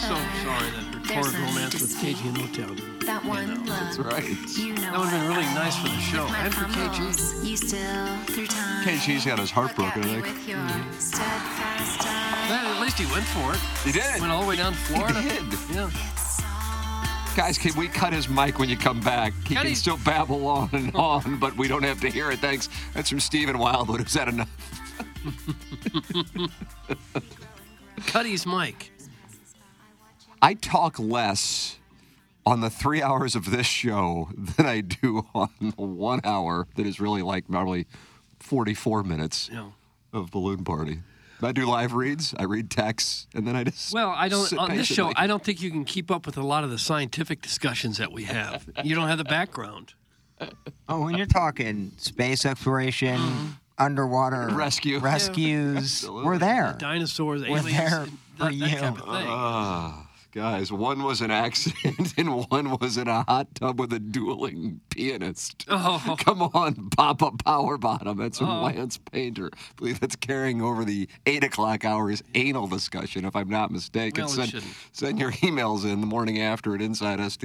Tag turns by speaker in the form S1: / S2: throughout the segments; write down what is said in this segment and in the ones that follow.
S1: Horrid romance with KG and Motown.
S2: That one love. That's
S1: right.
S2: You know
S1: That would've been really nice for the show and for KG.
S2: KG. You still through time.
S3: KG's got his heart
S2: Look at
S3: broken, I
S2: me
S3: think.
S2: with your
S1: Mm-hmm.
S2: steadfast eye.
S1: Well, at least he went for it.
S3: He did.
S1: Went all the way down to Florida.
S3: did.
S1: Yeah.
S3: Guys, can we cut his mic when you come back? He
S1: Cut
S3: can
S1: his-
S3: still babble on and on, but we don't have to hear it. Thanks. That's from Stephen Wildwood, who's had enough.
S1: Cuddy's mic.
S3: I talk less on the three hours of this show than I do on the one hour that is really like probably 44 minutes
S1: Yeah.
S3: of Balloon Party. I do live reads, I read texts, and then I just.
S1: Well, I don't.
S3: sit
S1: On this show,
S3: patiently.
S1: I don't think you can keep up with a lot of the scientific discussions that we have. you don't have the background.
S4: Oh, when you're talking space exploration, underwater
S3: Rescue. Yeah.
S4: rescues,
S3: Absolutely.
S4: we're there.
S1: Dinosaurs,
S4: We're
S1: aliens,
S4: there for
S1: that, that
S4: you.
S1: type of thing.
S3: Ah, guys, one was an accident and one was in a hot tub with a dueling pianist.
S1: Oh.
S3: Come on, Papa Power Bottom. That's from Lance Painter. I believe that's carrying over the 8 o'clock hours anal discussion, if I'm not mistaken.
S1: Well, it
S3: send,
S1: shouldn't.
S3: send your emails in the morning after at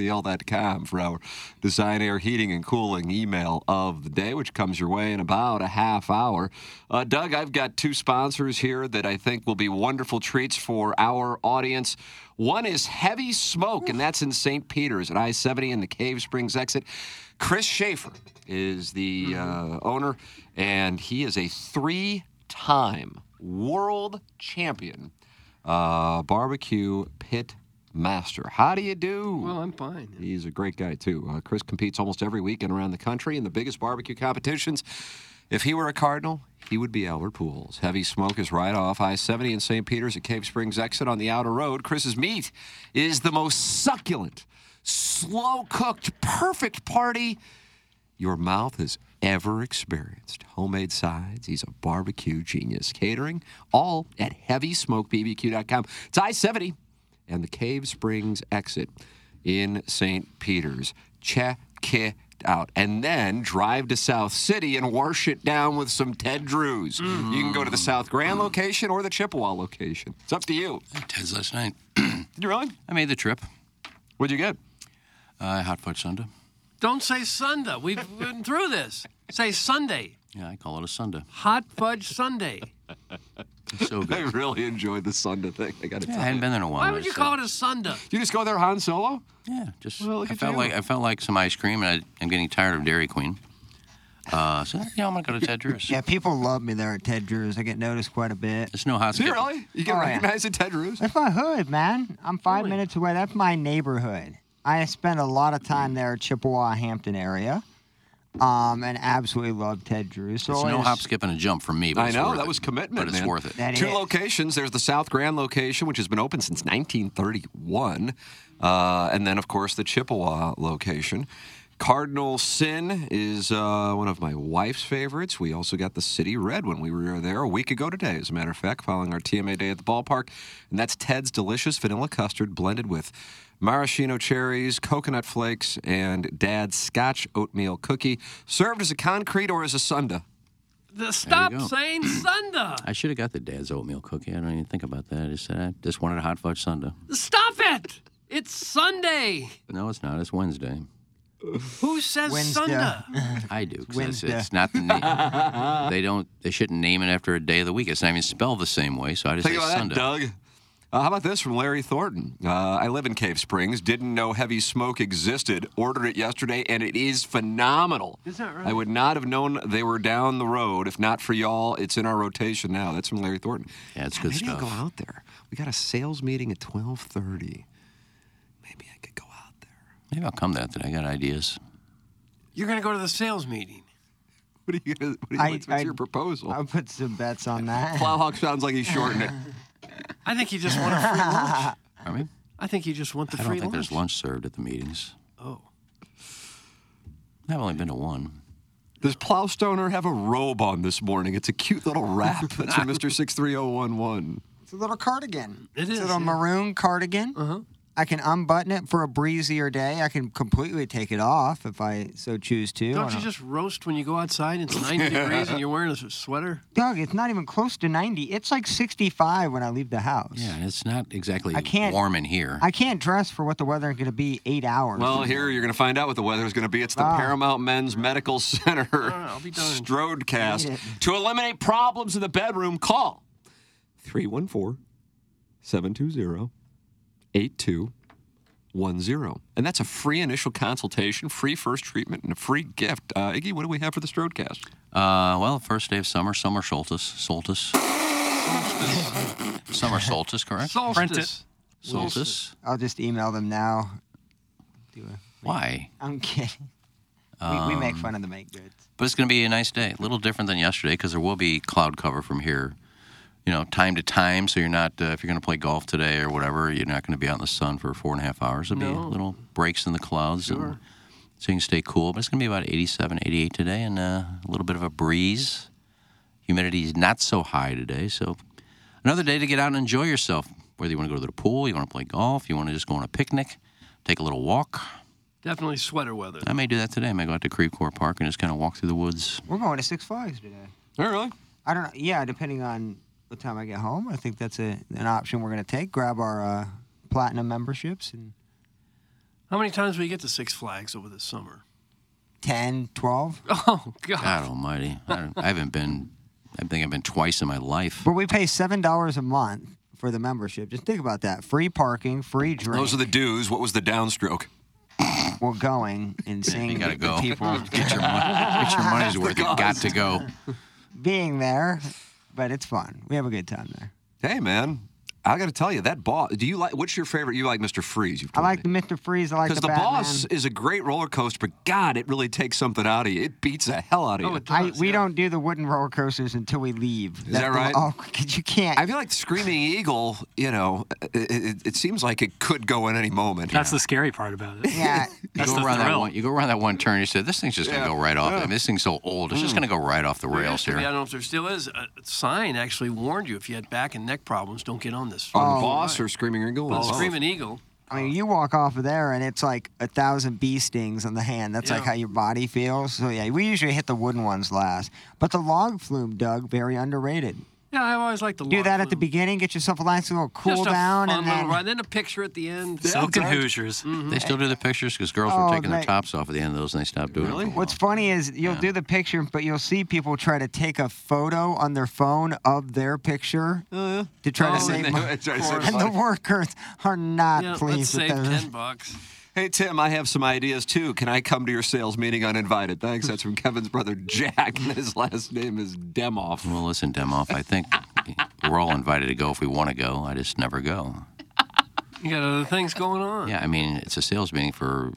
S3: InsideSTL.com for our Design Air Heating and Cooling email of the day, which comes your way in about a half hour. Uh, Doug, I've got two sponsors here that I think will be wonderful treats for our audience. One is Heavy Smoke, and that's in St. Peter's at I 70 and the Cave Springs exit. Chris Schaefer is the uh, owner, and he is a three time world champion uh, barbecue pit master. How do you do?
S1: Well, I'm fine.
S3: He's a great guy, too. Uh, Chris competes almost every weekend around the country in the biggest barbecue competitions. If he were a Cardinal, he would be Albert Pools. Heavy Smoke is right off I 70 in St. Peter's at Cave Springs exit on the outer road. Chris's meat is the most succulent, slow cooked, perfect party your mouth has ever experienced. Homemade sides. He's a barbecue genius. Catering, all at heavysmokebbq.com. It's I 70 and the Cave Springs exit in St. Peter's. Check it out. And then drive to South City and wash it down with some Ted Drews. You can go to the South Grand location or the Chippewa location. It's up to you.
S5: Ted's last night.
S3: Did you really?
S5: I made the trip.
S3: What'd you get?
S5: Uh, hot fudge sundae.
S1: Don't say Sunday. We've been through this. Say Sunday.
S5: Yeah, I call it a sundae.
S1: Hot fudge Sunday.
S5: It's so
S3: I
S5: good.
S3: really enjoyed the Sunday thing. I got to tell
S5: Yeah, I
S3: you.
S5: hadn't been there in a while. uh,
S1: Why would you call it a Sunday?
S3: You just go there, Han Solo?
S5: Yeah, just
S3: Well, look
S5: I
S3: at
S5: felt
S3: you.
S5: like I felt like some ice cream, and I, I'm getting tired of Dairy Queen. Uh, so yeah, I'm gonna go to Ted Drew's.
S4: Yeah, people love me there at Ted Drew's. I get noticed quite a bit.
S5: It's no hot.
S3: Do you really? You get
S4: Oh, yeah.
S3: recognized at Ted Drews?
S4: That's my hood, man. I'm five
S1: Really?
S4: minutes away. That's my neighborhood. I spend a lot of
S5: Mm.
S4: time there, Chippewa, Hampton area, um, and absolutely love Ted Drew. So
S5: It's no
S4: always-
S5: hop, skip, and a jump for me. But
S3: I
S5: it's
S3: know
S5: worth
S3: that
S5: it.
S3: was commitment.
S5: But it's
S3: man.
S5: worth it.
S4: That
S3: Two
S4: is.
S3: locations. There's the South Grand location, which has been open since 1931, uh, and then of course the Chippewa location. Cardinal Sin is uh, one of my wife's favorites. We also got the City Red when we were there a week ago today, as a matter of fact, following our TMA day at the ballpark. And that's Ted's delicious vanilla custard blended with maraschino cherries, coconut flakes, and dad's scotch oatmeal cookie, served as a concrete or as a sundae.
S1: The- Stop
S5: go.
S1: saying Sunday.
S5: I should have got the dad's oatmeal cookie. I don't even think about that. I just said I just wanted a hot fudge sundae.
S1: Stop it. It's Sunday.
S5: No, it's not. It's Wednesday.
S1: Who says
S4: Wednesday.
S1: Sunda?
S5: I do. 'cause
S4: Wednesday.
S5: It's, it's not the name. they don't. They shouldn't name it after a day of the week. It's not even spelled the same way. So I just
S3: Think
S5: say
S3: about
S5: Sunday.
S3: that, Doug. Uh, how about this from Larry Thornton? Uh, I live in Cave Springs. Didn't know heavy smoke existed. Ordered it yesterday, and it is phenomenal. Is that right? I would not have known they were down the road if not for y'all. It's in our rotation now. That's from Larry Thornton.
S5: Yeah, it's
S3: God,
S5: good
S3: maybe I'll
S5: stuff.
S3: go out there. We got a sales meeting at twelve thirty. Maybe I could go out there.
S5: Maybe I'll come to that. Then I got ideas.
S1: You're going to go to the sales meeting.
S3: What are you? Gonna, what are you
S4: I-
S3: what's what's
S4: I-
S3: your proposal?
S4: I'll put some bets on that.
S3: Plowhawk sounds like he's shortened it.
S1: I think you just want a free lunch.
S5: I mean,
S1: I think you just want the
S5: I don't
S1: free
S5: think there's lunch served at the meetings.
S1: Oh.
S5: I've only been to one.
S3: Does Plowstoner have a robe on this morning? It's a cute little wrap. That's from Mr. 63011.
S4: It's a little cardigan.
S1: It
S4: It's
S1: is,
S4: a little
S1: yeah.
S4: maroon cardigan. Uh-huh. I can unbutton it for a breezier day. I can completely take it off if I so choose to.
S1: Don't
S4: I
S1: you just roast when you go outside and it's 90 degrees and you're wearing a s- sweater?
S4: Doug, it's not even close to 90. It's like 65 when I leave the house.
S5: Yeah, and it's not exactly
S4: I can't-
S5: warm in here.
S4: I can't dress for what the weather is going to be eight hours.
S3: Well, here you're going to find out what the weather is going to be. It's the Paramount Men's Medical Center
S1: Ah. I'll be darned.
S4: Hate it.
S3: Strodecast. To eliminate problems in the bedroom, call 314 720 8210. And that's a free initial consultation, free first treatment, and a free gift. Uh, Iggy, what do we have for the Strodecast?
S5: Uh, well, first day of summer, summer solstice, solstice. summer solstice, correct?
S1: Solstice.
S5: Solstice.
S4: I'll just email them now.
S5: Why?
S4: I'm kidding. we, we
S1: Um,
S4: make fun of the make goods.
S5: But it's going to be a nice day. A little different than yesterday because there will be cloud cover from here, you know, time to time. So you're not, uh, if you're going to play golf today or whatever, you're not going to be out in the sun for four and a half hours. There'll be little breaks in the clouds. And, so you can stay cool. But it's going to be about 87, 88 today and uh, a little bit of a breeze. Humidity is not so high today. So another day to get out and enjoy yourself. Whether you want to go to the pool, you want to play golf, you want to just go on a picnic, take a little walk.
S1: Definitely sweater weather.
S5: I may do that today. I may go out to Creekcore Park and just kind of walk through the woods.
S4: We're going to Six Flags today.
S3: Oh, really?
S4: I don't know. Yeah, depending on what time I get home, I think that's a, an option we're going to take. Grab our uh, platinum memberships and
S1: How many times will you get to Six Flags over the summer?
S4: 10, 12.
S1: Oh, God.
S5: God Almighty! I, don't- I haven't been. I think I've been twice in my life.
S4: But we pay $7 a month for the membership. Just think about that. Free parking, free drink.
S3: Those are the dues. What was the downstroke?
S4: we're going and seeing
S5: You gotta
S4: the
S5: go.
S4: people
S5: Get your, mon- get your money's worth. You got to go.
S4: being there. But it's fun. We have a good time there.
S3: Hey, man, I got to tell you that boss. Do you like? What's your favorite? You like Mr. Freeze? You've
S4: I
S3: told
S4: like the
S3: me.
S4: Mr. Freeze. I like the,
S3: Because the,
S4: Batman.
S3: boss is a great roller coaster, but God, it really takes something out of you. It beats the hell out of you.
S1: Oh, it
S4: I,
S1: does,
S4: we
S1: yeah.
S4: don't do the wooden roller coasters until we leave. Is
S3: that right?
S4: Oh, 'cause you can't.
S3: I feel like the Screaming Eagle. You know, it, it, it seems like it could go in any moment.
S6: That's the scary part about it.
S4: yeah,
S5: You
S6: That's
S5: go
S6: the
S5: around that
S6: thrill.
S5: one. You go around that one turn. You say, "This thing's just gonna go right off. I mean, this thing's so old. It's
S4: Mm-hmm.
S5: just gonna go right off the
S1: There
S5: rails
S1: used to be, I
S5: here."
S1: don't know if there still is. A sign actually warned you if you had back and neck problems, don't get on this.
S5: Oh.
S4: Oh,
S3: on Boss or Screaming Eagle?
S1: Well,
S3: It's both.
S1: Screaming Eagle.
S4: I mean, you walk off of there and it's like a thousand bee stings on the hand. That's like
S1: Yeah.
S4: how your body feels. So yeah, we usually hit the wooden ones last. But the log flume, Doug, very underrated.
S1: Yeah, I always like the
S4: Do that at the beginning. Get yourself a nice little cool
S1: Just a
S4: down,
S1: fun
S4: and
S1: little
S4: then
S1: ride, then a picture at the end. Mm,
S6: Silk and Hoosiers.
S5: They still do the pictures because girls
S4: mm-hmm. Oh,
S5: were taking their
S4: they-
S5: tops off at the end of those, and they stopped doing it. for a
S4: What's
S5: while.
S4: funny is you'll do the picture, but you'll see people try to take a photo on their phone of their picture to try to
S3: Oh,
S4: save
S3: and
S4: money.
S3: they- it's right, so
S4: And the
S3: funny.
S4: workers are not
S1: Yeah, let's
S4: pleased with
S1: save
S4: that.
S1: ten bucks.
S3: Hey Tim, I have some ideas too. Can I come to your sales meeting uninvited? Thanks. That's from Kevin's brother Jack, and his last name is Demoff.
S5: Well, listen, Demoff. I think we're all invited to go if we want to go. I just never go.
S1: You got other things going on.
S5: Yeah, I mean, it's a sales meeting for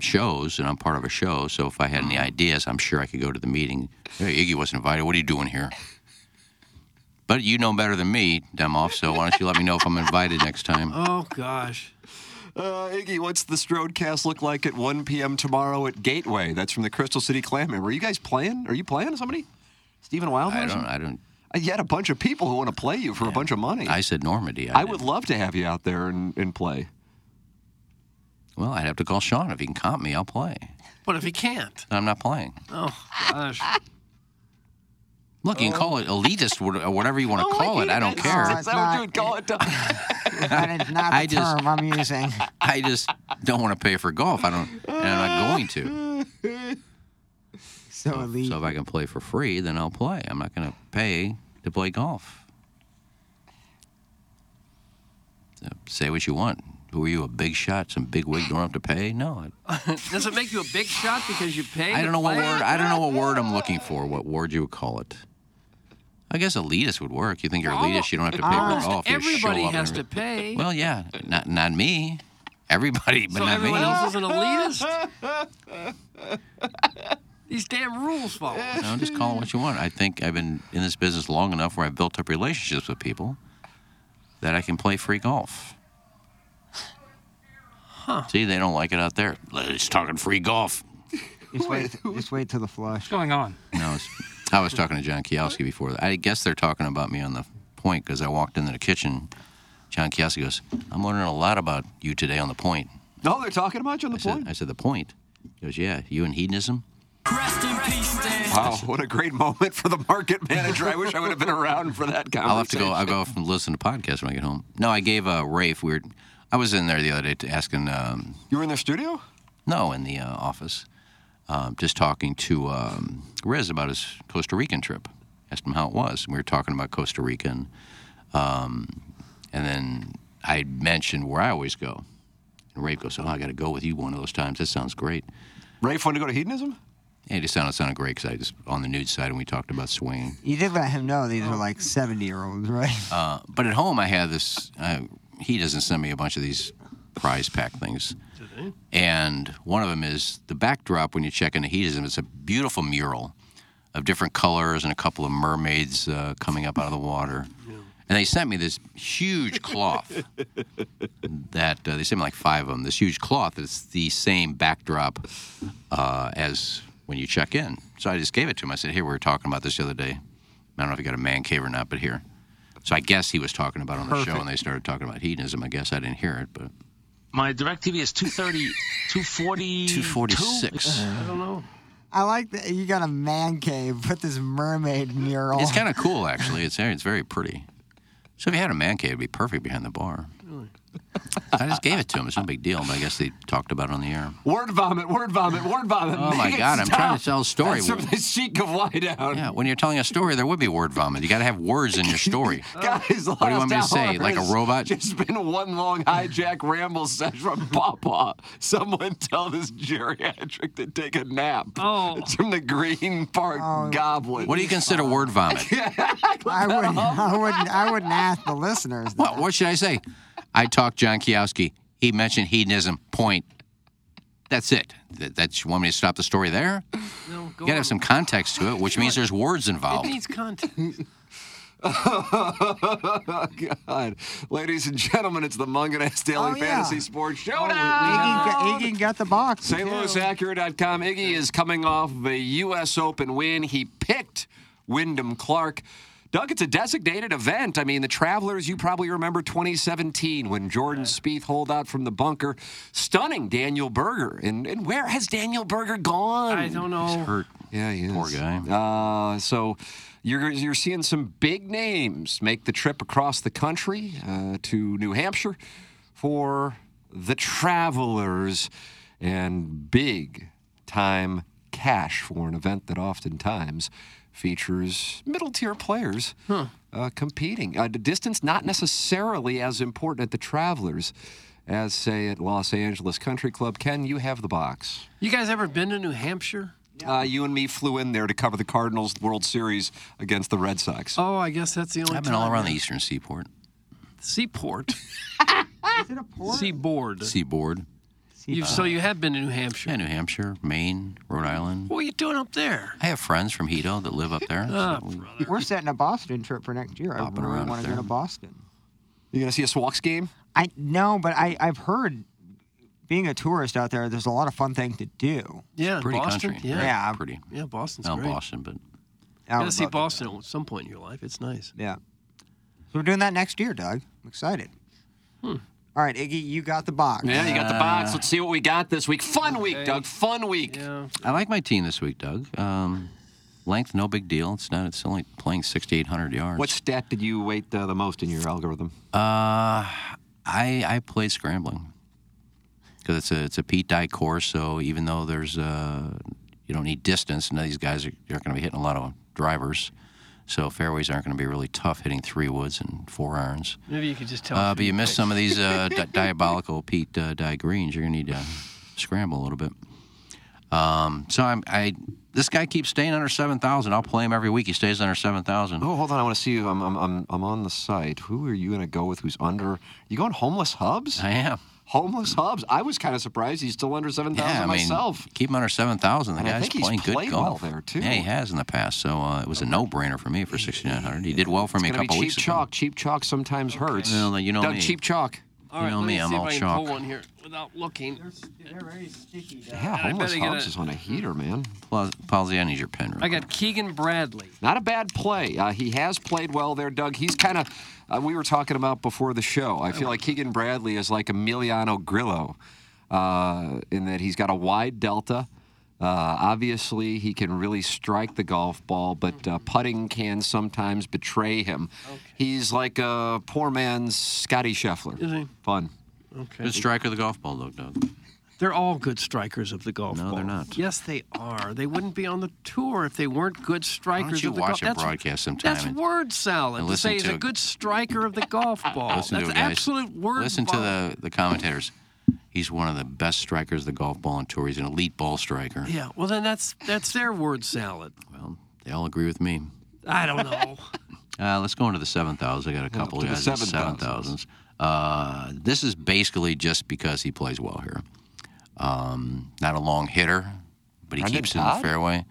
S5: shows, and I'm part of a show. So if I had
S3: Mm-hmm.
S5: any ideas, I'm sure I could go to the meeting. Hey, Iggy wasn't invited. What are you doing here? But you know better than me, Demoff. So why don't you let me know if I'm invited next time?
S1: Oh gosh.
S3: Uh, Iggy, what's the Strodecast look like at 1 p.m. tomorrow at Gateway? That's from the Crystal City Clan member. Are you guys playing? Are you playing somebody? Stephen Wilder?
S5: I don't. I don't.
S3: You had a bunch of people who want to play you for a bunch of money.
S5: I said Normandy.
S3: I
S5: didn't.
S3: would love to have you out there and, and play.
S5: Well, I'd have to call Sean if he can comp me. I'll play.
S1: What if he can't?
S5: I'm not playing.
S1: Oh gosh.
S5: Look, you can call it elitist, wha- or whatever you
S3: Oh
S5: want to call it. I don't care.
S4: Is that what you would call it? that is not the
S5: I just-
S4: term I'm using.
S5: I just don't want to pay for golf. I don't, and I'm not going to.
S4: So elite.
S5: So if I can play for free, then I'll play. I'm not going to pay to play golf. So say what you want. Who are you, a big shot, some big wig? Don't have to pay? No, I,
S1: Does it make you a big shot because you pay?
S5: I
S1: to
S5: don't know what
S1: play?
S5: word. I don't know what word I'm looking for. What word you would call it? I guess elitist would work. You think you're elitist, you don't have to pay for golf. Oh, You just show
S1: Everybody
S5: up and
S1: has to
S5: everything.
S1: pay.
S5: Well, yeah, not not me. Everybody, but
S1: so
S5: not me.
S1: everyone else is an elitist. These damn rules follow.
S5: No, just call it what you want. I think I've been in this business long enough where I've built up relationships with people that I can play free golf. Huh. See, they don't like it out there. He's talking free golf.
S4: Just wait, just wait till the flush.
S6: What's going on?
S5: No, it's, I was talking to John Kioski before. that. I guess they're talking about me on the point because I walked into the kitchen. John Kioski goes, "I'm learning a lot about you today on the point."
S3: No, they're talking about you on the
S5: I said,
S3: point.
S5: "I said the point." He goes, "Yeah, you and hedonism."
S3: Wow, what a great moment for the market manager. I wish I would have been around for that conversation.
S5: I'll have to go. I'll go off and listen to podcasts when I get home. No, I gave uh, Rafe. We were, I was in there the other day t- asking. Um,
S3: You were in the studio?
S5: no, in the uh, office, um, just talking to um, Riz about his Costa Rican trip. Asked him how it was. and We were talking about Costa Rica, and, um, and then I mentioned where I always go. And Rafe goes, "Oh, I got to go with you one of those times. That sounds great."
S3: Rafe wanted to go to hedonism?
S5: And it just sounded sounded great because I just on the nude side and we talked about swinging.
S4: You did let him know these
S1: Oh.
S4: are like 70 year olds, right?
S5: Uh, But at home, I had this. Uh, he doesn't send me a bunch of these prize pack things. And one of them is the backdrop when you check into Hedonism. It's a beautiful mural of different colors and a couple of mermaids uh, coming up out of the water. And they sent me this huge cloth that uh, they sent me like five of them. This huge cloth that's the same backdrop uh, as when you check in. So I just gave it to him. I said, "Here, we were talking about this the other day. I don't know if you got a man cave or not, but here." So I guess he was talking about it on the show, and they started talking about hedonism. I guess I didn't hear it, but
S7: My DirecTV is 230, 240,
S5: 246.
S4: I like that you got a man cave, put this mermaid mural.
S5: It's kind of cool, actually. It's it's very pretty. So if you had a man cave, it'd be perfect behind the bar. I just gave it to him. It's no big deal, but I guess they talked about it on the air.
S3: Word vomit, word vomit, word vomit.
S5: Oh my
S3: Make it
S5: God! I'm trying to
S3: stop.
S5: tell a story.
S3: That's from the chic of lie down.
S5: Yeah, when you're telling a story, there would be word vomit. You got to have words in your story.
S3: Guys, what
S5: do you want me to say, like a robot?
S3: Just been one long hijack ramble session from Papa. Someone tell this geriatric to take a nap.
S1: Oh.
S3: It's from the Green Park
S4: Oh.
S3: Goblin.
S5: What do you consider word vomit?
S4: I wouldn't, I wouldn't, I wouldn't ask the listeners. that.
S5: What, what should I say? I talked John Kioski. He mentioned hedonism. Point. That's it. That, that you want me to stop the story there?
S1: No, go
S5: You gotta
S1: on.
S5: have some context to it, which means there's words
S1: It
S5: involved.
S1: needs content.
S3: God. Ladies and gentlemen, it's the Munganess Daily
S4: Oh, yeah.
S3: Fantasy Sports Showdown.
S4: Iggy, got, Iggy got the box.
S3: St. Louis Acura.com. Iggy is coming off of a U.S. Open win. He picked Wyndham Clark. Doug, it's a designated event. I mean, the Travelers, you probably remember 2017 when Jordan Spieth holed out from the bunker, stunning Daniel Berger. And, and where has Daniel Berger gone?
S1: I don't know.
S5: Hurt.
S3: Yeah, he is.
S5: Poor
S3: Uh, so you're you're seeing some big names make the trip across the country uh, to New Hampshire for the Travelers and big time cash for an event that oftentimes features middle tier players uh, competing. Uh, the distance not necessarily as important at the Travelers as say at Los Angeles Country Club. Ken, you have the box.
S1: You guys ever been to New Hampshire?
S3: Uh, you and me flew in there to cover the Cardinals World Series against the Red Sox.
S1: Oh, I guess that's the only.
S5: I've been all around the eastern seaport,
S1: seaport. Seaboard.
S5: seaboard,
S1: You've, so you have been to New Hampshire.
S5: yeah, New Hampshire, Maine, Rhode Island.
S1: What are you doing up there? Ah,
S5: I have friends from Hito that live up there.
S1: Uh,
S5: so we-
S4: We're setting a Boston trip for next year. I
S5: Bopping
S4: really
S5: around
S4: want
S5: up
S4: to go
S5: there.
S4: to Boston.
S3: You gonna see a Swalks game?
S4: I no, but I, I've heard being a tourist out there, there's a lot of fun things to do.
S1: Yeah,
S5: pretty
S1: Boston.
S5: country.
S1: Yeah.
S5: very
S4: Yeah.
S5: pretty.
S1: Yeah, Boston's
S5: Not
S1: great.
S5: Boston,
S4: I
S5: but
S1: You
S4: would
S1: gotta see
S4: love to go.
S1: Boston at some point in your life. It's nice.
S4: Yeah. So we're doing that next year, Doug. I'm excited. All right, Iggy, you got the box.
S3: Yeah, you got the box. Let's see what we got this week. Fun week, Doug. Fun week.
S1: Yeah.
S5: I like my team this week, Doug. Um, Length, no big deal. It's not. It's only playing 6,800 yards.
S3: What stat did you weight uh, the most in your algorithm?
S5: Uh, I I play scrambling because it's a it's a Pete Dye course. So even though there's uh you don't need distance, and these guys are, are going to be hitting a lot of drivers, so fairways aren't going to be really tough hitting three woods and four irons.
S1: Maybe you could just tell.
S5: Uh,
S1: us
S5: but
S1: who
S5: you miss
S1: picked.
S5: some of these uh, di- diabolical Pete uh, Dye greens. You're gonna need to scramble a little bit. Um, so I'm I this guy keeps staying under seven thousand. I'll play him every week. He stays under seven thousand.
S3: Oh, hold on. I want to see you. I'm, I'm, I'm, I'm on the site. Who are you going to go with who's under? You going homeless hubs?
S5: I am.
S3: Homeless hubs. I was kind of surprised he's still under 7,000
S5: Yeah, I mean,
S3: myself.
S5: keep him under 7,000. The
S3: And I
S5: guy's
S3: think he's
S5: playing
S3: played
S5: good
S3: well
S5: golf.
S3: there, too.
S5: Yeah, he has in the past. So uh, it was a no-brainer for me for 6,900. He did well for me a
S3: It's gonna
S5: couple
S3: be cheap
S5: weeks ago.
S3: chalk. Cheap chalk sometimes hurts.
S5: Well, you know
S3: Doug,
S5: me.
S3: cheap chalk.
S1: All right,
S5: you know
S1: let
S5: me,
S1: me
S5: I'm
S1: see
S5: all
S1: if I can
S5: chalk.
S1: pull one here without looking. They're very sticky.
S3: Yeah, homeless
S1: I, bet I,
S3: hubs
S1: got
S3: is
S1: a-
S3: on a heater, man.
S5: Pal- Palsy, I need your pen.
S1: I got Keegan Bradley.
S3: Not a bad play. Uh, he has played well there, Doug. He's kind of. Uh, we were talking about before the show. I feel like Keegan Bradley is like Emiliano Grillo, uh, in that he's got a wide delta. Uh, obviously, he can really strike the golf ball, but
S1: Mm-hmm.
S3: uh, putting can sometimes betray him. He's like a poor man's Scotty Scheffler.
S1: Is he?
S3: Fun.
S1: Okay.
S5: Good striker of the golf ball, though, Doug.
S1: They're all good strikers of the golf
S5: No,
S1: ball.
S5: they're not.
S1: Yes, they are. They wouldn't be on the tour if they weren't good
S5: Why don't
S1: strikers
S5: you
S1: of the
S5: watch a
S1: golf.
S5: broadcast sometime?
S1: that's, that's
S5: and
S1: word salad
S5: and
S1: to
S5: listen
S1: say he's
S5: to
S1: a
S5: a-
S1: good striker of the golf
S3: Oh,
S1: ball.
S5: listen
S1: that's
S5: to it, guys.
S1: absolute word
S5: Listen to
S1: vomit.
S5: the, the commentators. He's one of the best strikers of the golf ball on tour. He's an elite ball striker.
S1: Yeah, well then that's that's their word salad.
S5: Well, they all agree with me.
S1: I don't know.
S5: Uh, let's go into the 7,000. I got a couple
S3: to the
S5: guys at
S3: 7,000s.
S5: 7,000s. Uh, this is basically just because he plays well here. Um, not a long hitter, but he
S3: Brendan
S5: keeps it in
S3: Todd?
S5: the fairway.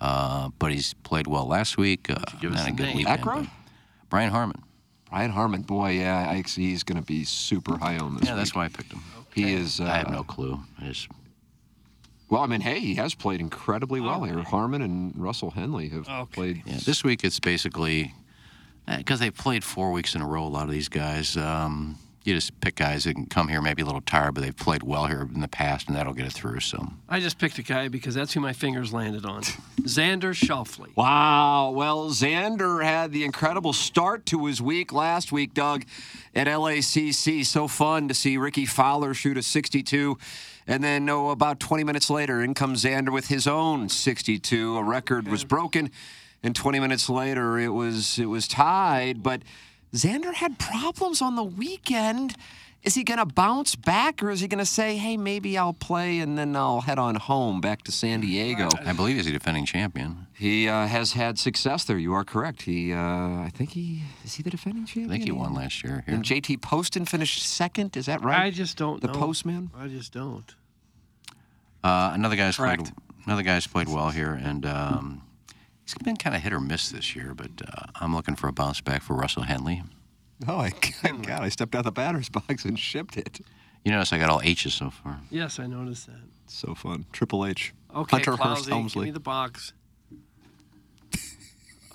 S5: Uh, but he's played well last week. Uh,
S1: give us
S5: not a
S1: the
S5: good
S1: name?
S5: weekend.
S3: Acro?
S5: but- Brian Harmon.
S3: Brian Harmon, boy, yeah, I, he's going to be super high on this.
S5: Yeah, that's
S3: week.
S5: why I picked him.
S3: he is. Uh,
S5: I have no clue. I just,
S3: Well, I mean, hey, he has played incredibly well here. Harmon and Russell Henley have
S1: Okay.
S3: played.
S5: yeah, this week it's basically because they played four weeks in a row. A lot of these guys, um, you just pick guys that can come here maybe a little tired, but they've played well here in the past, and that'll get it through. So
S1: I just picked a guy because that's who my fingers landed on. Xander Shoffley.
S3: Wow. Well, Xander had the incredible start to his week last week, Doug, at LACC. So fun to see Ricky Fowler shoot a 62. And then, oh, about 20 minutes later, in comes Xander with his own 62. A record was broken. And 20 minutes later, it was it was tied. But Xander had problems on the weekend. Is he going to bounce back, or is he going to say, "Hey, maybe I'll play and then I'll head on home back to San Diego"?
S5: I believe he's a defending champion.
S3: He uh, has had success there. You are correct. He, uh, I think he is he the defending
S5: I
S3: champion.
S5: think he won last year. Here.
S3: And JT Poston finished second. Is that right?
S1: I just don't
S3: the
S1: know.
S3: postman.
S1: I just don't.
S5: Uh, another guy's
S1: Correct.
S5: played. Another guy's played well here, and um, he's been kind of hit or miss this year. But uh, I'm looking for a bounce back for Russell Henley.
S3: Oh, I,
S1: Hmm.
S3: God! I stepped out of the batter's box and shipped it.
S5: You notice I got all H's so far.
S1: Yes, I noticed that.
S3: So fun. Triple H.
S1: Okay,
S3: Hunter Hearst
S1: Clousey, give me
S3: Helmsley.
S1: the box.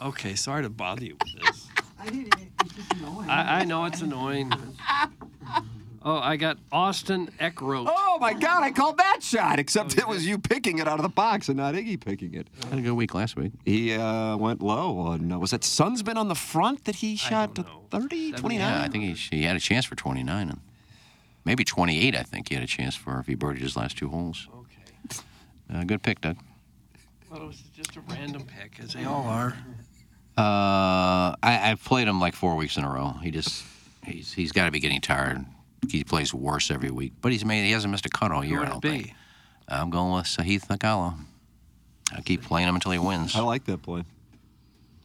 S1: Okay, sorry to bother you with this. I, I know it's annoying. Oh, I got Austin Eckroat.
S3: Oh my God! I called that shot.
S1: Oh,
S3: Except it was you picking it out of the box and not Iggy picking it.
S5: Had a good week last week.
S3: He uh, went low. On, uh, was that Sunsman on the front that he shot to
S1: don't know.
S3: 30,
S1: Seventy-
S3: 29?
S5: Yeah, I think he, he had a chance for 29 and maybe 28. I think he had a chance for if he birdied his last two holes.
S1: Okay.
S5: Uh, good pick, Doug.
S1: Well, it was just a random pick, as they all are.
S5: Uh, I, I've played him like four weeks in a row. He just he's he's got to be getting tired. He plays worse every week, but he's made he hasn't missed a cut all year.
S1: Who would
S5: I
S1: it
S5: don't
S1: be?
S5: think. I'm going with Sahith Nagala. I keep playing him until he wins.
S3: I like that play.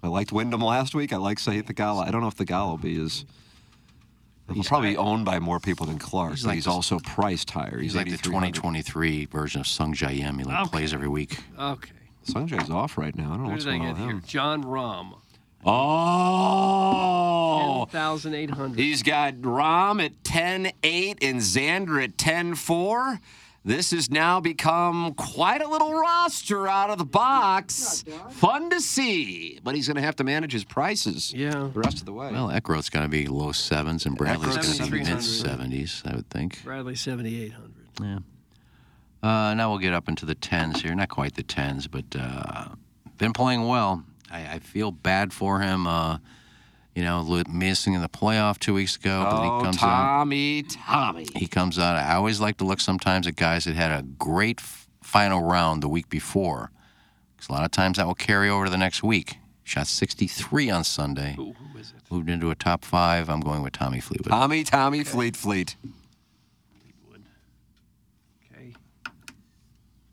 S3: I liked Wyndham last week. I like Sahith Tagala. I don't know if Tagala will be as. He's probably owned by more people than Clark, but
S5: like
S3: he's
S5: this-
S3: also priced higher.
S5: He's like the
S3: 8,300.
S5: 2023 version of Sung Jae Im. He like
S1: Okay.
S5: plays every week.
S1: Okay.
S3: Sanjay's off right now. I don't know
S1: Who
S3: what's
S1: did I
S3: going on
S1: get
S3: with
S1: here?
S3: him.
S1: John Rahm.
S3: Oh!
S1: 10,800.
S3: He's got Rom at 10 8 and Xander at 10 4. This has now become quite a little roster out of the box. Fun to see, but he's going to have to manage his prices
S1: Yeah.
S3: the rest of the way.
S5: Well, Eckroat's got to be low sevens, and Bradley's
S3: Eckroat's
S5: got to be mid
S1: 7,300.
S5: 70s, I would think.
S1: Bradley, 7,800.
S5: Uh, now we'll get up into the tens here. Not quite the tens, but uh, been playing well. I, I feel bad for him. Uh, you know, li- missing in the playoff two weeks ago. but
S3: Oh,
S5: he comes out.
S3: Tommy, Tommy.
S5: He comes out. I always like to look sometimes at guys that had a great f- final round the week before, because a lot of times that will carry over to the next week. Shot 63 on Sunday. Who was it? Moved into a top five. I'm going with Tommy Fleetwood.
S3: Tommy, Tommy, Fleet, Fleet.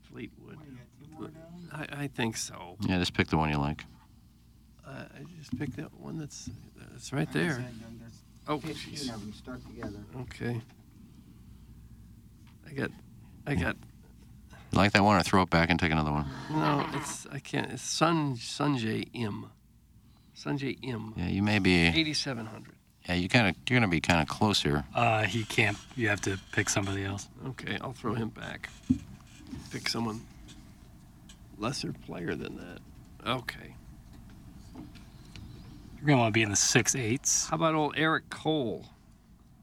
S1: Fleetwood. I, I think so.
S5: Yeah, just pick the one you like.
S1: I I just picked that one that's that's right there. Oh, jeez. Okay. I got, I got.
S5: You like that one or throw it back and take another one?
S1: No, it's I can't. It's Sun Sanjay M. Sanjay M.
S5: Yeah, you may be.
S1: 8700.
S5: Yeah, you kind of you're gonna be kind of close here.
S6: Uh, he can't. You have to pick somebody else.
S1: Okay, I'll throw him back. Pick someone lesser player than that. Okay.
S6: You're gonna want to be in the six eights.
S1: How about old Eric Cole?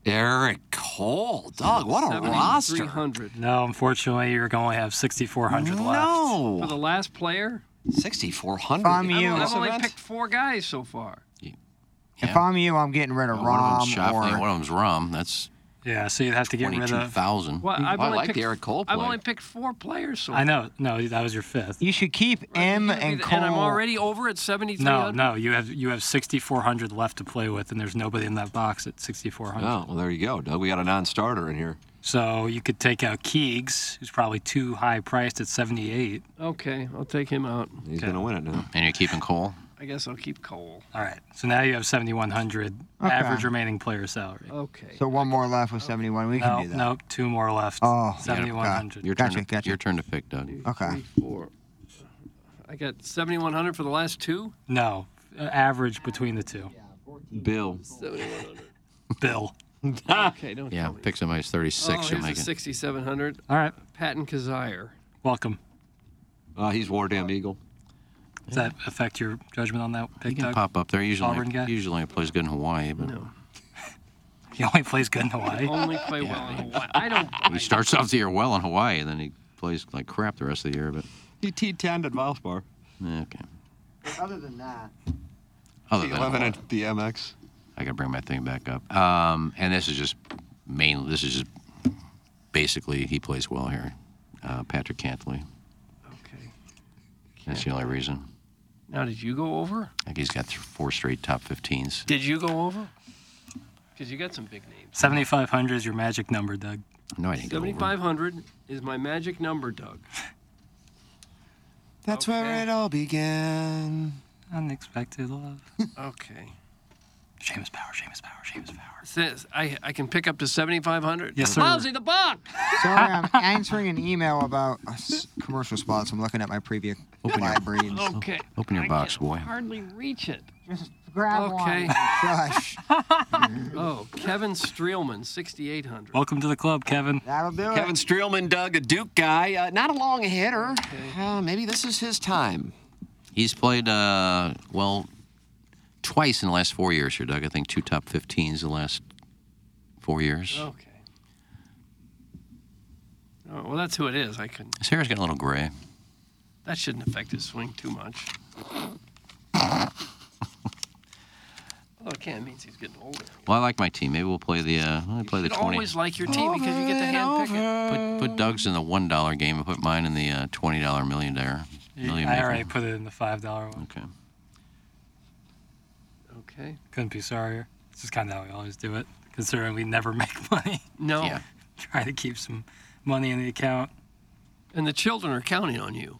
S3: Eric Cole, dog, what a roster.
S1: 7,300.
S6: No, unfortunately, you're gonna have 6,400 left.
S1: For
S3: No,
S1: the last player?
S3: sixty-four hundred.
S4: From
S1: I've
S4: you.
S1: only- I've only
S3: Cement?
S1: picked four guys so far.
S4: If I'm you, I'm getting rid of
S5: one of
S4: Rom
S5: them's Shoffley, one
S4: or
S5: of them's Rum. That's
S6: Yeah, so you'd have to get rid
S5: twenty-two
S6: of.
S5: thousand.
S1: Well, I've
S3: I
S1: only
S3: like
S1: picked,
S3: the Eric Cole
S1: I've
S3: play.
S1: only picked four players so far.
S6: I know. No, that was your fifth.
S4: you should keep M
S1: Maybe
S4: and
S1: the-
S4: Cole.
S1: And I'm already over at
S6: No,
S1: 7,300?
S6: no, you have you have 6,400 left to play with, and there's nobody in that box at 6,400.
S3: Oh, well, there you go, Doug. We got a non-starter in here.
S6: So you could take out Keegs, who's probably too high priced at 78.
S1: Okay, I'll take him out.
S3: He's gonna win it now.
S5: And you're keeping Cole.
S1: I guess I'll keep Cole.
S6: All right. So now you have 7,100 average remaining player salary.
S1: Okay.
S4: so one more left with 71. We
S6: no,
S4: can do that.
S6: nope, two more left.
S4: Oh, okay.
S6: 7,100.
S5: Your
S4: Gotcha,
S5: turn. To,
S4: gotcha.
S5: Your turn to pick, Doug.
S4: Okay.
S1: Four. I got 7,100 for the last two?
S6: No, uh, average between the two.
S3: Bill.
S1: 7,100.
S6: Bill.
S1: Okay, don't
S5: Yeah,
S1: tell me.
S5: pick somebody who's 36.
S1: oh,
S5: you'll
S1: here's
S5: make
S1: a
S5: it.
S1: 6,700.
S6: All right,
S1: Patton Kazire.
S6: welcome.
S3: Uh, he's War Damn Eagle.
S6: Does that affect your judgment on that
S5: He
S6: pick,
S5: can
S6: Doug?
S5: pop up there. Usually,
S6: Auburn guy?
S5: usually he plays good in Hawaii, but
S6: He only plays good in Hawaii.
S1: Only play well in Hawaii. I don't.
S5: he starts off the year well in Hawaii, and then he plays like crap the rest of the year. But
S3: He T10 at Valspar.
S5: yeah, okay.
S4: Other than that,
S5: Other than Hawaii,
S3: at the MX.
S5: I gotta bring my thing back up. Um, and this is just mainly. This is just basically he plays well here. Uh, Patrick Cantley.
S1: Okay.
S5: That's the only reason.
S1: Now, did you go over?
S5: I think he's got th- four straight top 15s.
S1: Did you go over? Because you got some big names.
S6: 7,500 is your magic number, Doug.
S5: No, I didn't go over.
S1: 7,500 is my magic number, Doug.
S3: That's
S1: Okay.
S3: where it all began.
S6: Unexpected love.
S1: Okay.
S6: Seamus Power, Seamus Power, Seamus Power.
S1: Says I, I can pick up to 7,500.
S6: Yes, sir.
S1: Lousy the buck.
S4: sorry, I'm answering an email about uh, s- commercial spots. I'm looking at my preview library. And
S1: Okay.
S5: Open your
S1: I
S5: box,
S1: can
S5: boy.
S1: Hardly reach it.
S4: Just grab
S1: Okay.
S4: one. Crush.
S1: Oh, Kevin Streelman, 6,800.
S6: Welcome to the club, Kevin.
S4: That'll do it.
S3: Kevin Streelman, Doug, a Duke guy. Uh, not a long hitter. Uh, maybe this is his time.
S5: He's played uh, well twice in the last four years here, Doug. I think two top 15s the last four years.
S1: Okay. Oh, well, that's who it is. I couldn't.
S5: His hair's getting a little gray.
S1: That shouldn't affect his swing too much. Although it can, it means he's getting older.
S5: Well, I like my team. Maybe we'll play the uh, we'll play the
S1: You'd
S5: 20.
S1: always like your team because you get to hand pick it.
S5: put, put Doug's in the one dollar game and put mine in the uh, twenty dollar million there. Million
S6: I
S5: maker.
S6: already put it in the $5 one.
S5: Okay.
S1: Okay.
S6: Couldn't be sorrier. This is kind of how we always do it, considering we never make money.
S1: No.
S5: Yeah.
S6: Try to keep some money in the account.
S1: And the children are counting on you.